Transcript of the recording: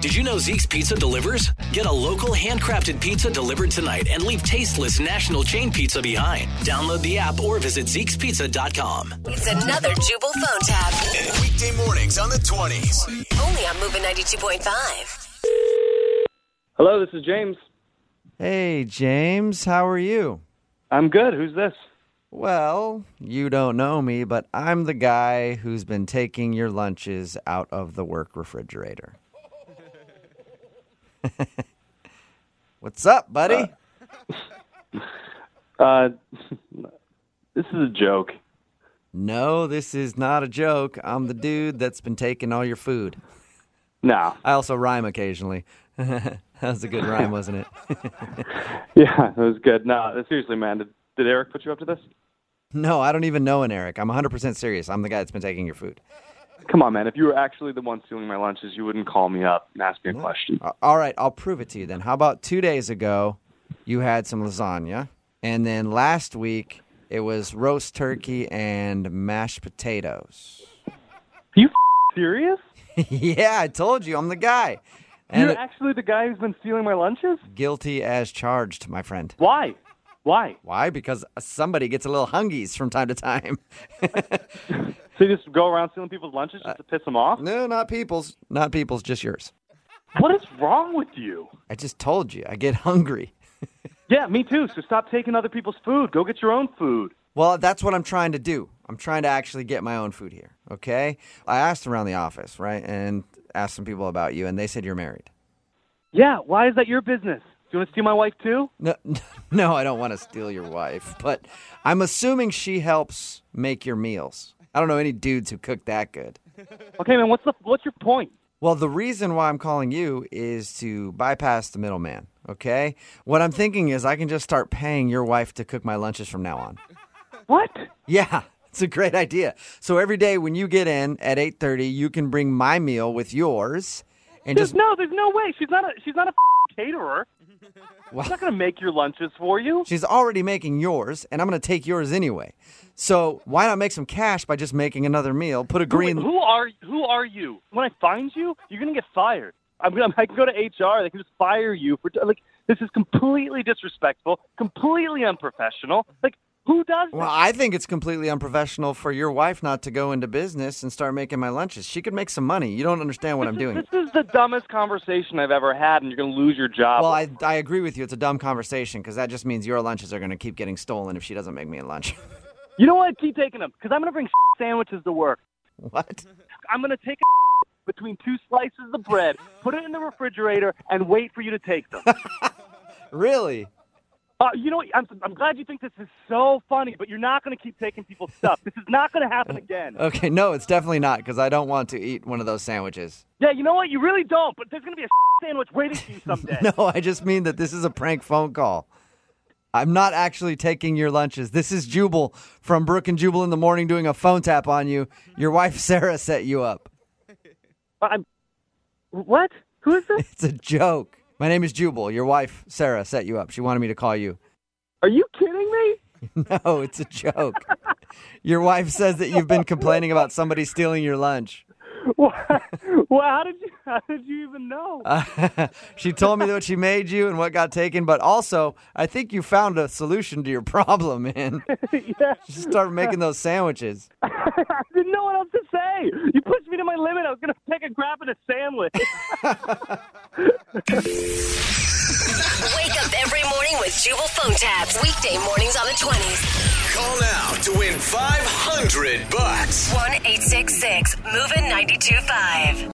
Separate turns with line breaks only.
Did you know Zeke's Pizza delivers? Get a local handcrafted pizza delivered tonight and leave tasteless national chain pizza behind. Download the app or visit Zeke'sPizza.com.
It's another Jubal phone tab.
Weekday mornings on the 20s.
Only on Moving 92.5.
Hello, this is James.
Hey, James, how are you?
I'm good. Who's this?
Well, you don't know me, but I'm the guy who's been taking your lunches out of the work refrigerator. What's up, buddy?
Uh, this is a joke.
no, this is not a joke. I'm the dude that's been taking all your food.
No.
I also rhyme occasionally. that was a good rhyme, wasn't it?
Yeah, it was good. No, seriously, man. Did, did Eric put you up to this?
No, I don't even know an Eric. I'm 100% serious. I'm the guy that's been taking your food.
Come on, man. If you were actually the one stealing my lunches, you wouldn't call me up and ask me a question.
A- Uh, All right, I'll prove it to you then. How about two days ago, you had some lasagna, and then last week it was roast turkey and mashed potatoes.
you f- serious?
yeah, I told you, I'm the guy, and
You're actually the guy who's been stealing my lunches?
guilty as charged, my friend.
Why? Why?
Why? Because somebody gets a little hungies from time to time.
So you just go around stealing people's lunches just to piss them off?
no, not people's, not people's, just yours.
What is wrong with you?
I just told you, I get hungry.
Yeah, me too. So stop taking other people's food. Go get your own food.
Well, that's what I'm trying to do. I'm trying to actually get my own food here, okay? I asked around the office, right? And asked some people about you, and they said you're married.
Yeah, why is that your business? Do you want to steal my wife too?
No, no, I don't want to steal your wife, but I'm assuming she helps make your meals. I don't know any dudes who cook that good.
Okay, man, what's the what's your point?
Well, the reason why I'm calling you is to bypass the middleman, okay? What I'm thinking is I can just start paying your wife to cook my lunches from now on.
What?
Yeah, it's a great idea. So every day when you get in at 8:30, you can bring my meal with yours and
There's
just
no, there's no way. She's not a, she's not a f- caterer. She's not gonna make your lunches for you.
she's already making yours and I'm going to take yours anyway. So why not make some cash by just making another meal? Put a
Wait,
green
who are who are you? When I find you, you're gonna get fired. I'm gonna, I can go to HR. They can just fire you for like this is completely disrespectful, completely unprofessional. Like who does
Well,
that?
I think it's completely unprofessional for your wife not to go into business and start making my lunches. She could make some money. You don't understand what I'm doing.
This is the dumbest conversation I've ever had, and you're gonna lose your job.
Well, I, I agree with you. It's a dumb conversation because that just means your lunches are going to keep getting stolen if she doesn't make me a lunch.
you know what? Keep taking them because I'm gonna bring sandwiches to work.
what?
I'm going to take a between two slices of bread, put it in the refrigerator, and wait for you to take them.
Really?
Uh, you know what? I'm, I'm glad you think this is so funny, but you're not going to keep taking people's stuff. This is not going to happen again.
Okay, no, it's definitely not because I don't want to eat one of those sandwiches.
Yeah, you know what? You really don't, but there's going to be a sandwich waiting for you someday.
No, I just mean that this is a prank phone call. I'm not actually taking your lunches. This is Jubal from Brook and Jubal in the morning doing a phone tap on you. Your wife Sarah set you up.
Uh, I'm, what? Who is this?
It's a joke. My name is Jubal. Your wife Sarah set you up. She wanted me to call you.
Are you kidding me?
No, it's a joke. Your wife says that you've been complaining about somebody stealing your lunch.
What? well, how did you how did you even know?
she told me what she made you and what got taken, but also I think you found a solution to your problem, man.
yeah,
Just start making those sandwiches.
I didn't know what else to say. You pushed me to my limit. I was going to take a grab at a sandwich.
Wake up every morning with Jubal phone tabs. Weekday mornings on the 20s.
Call now to win 500 bucks.
one 866 Moving 92.5.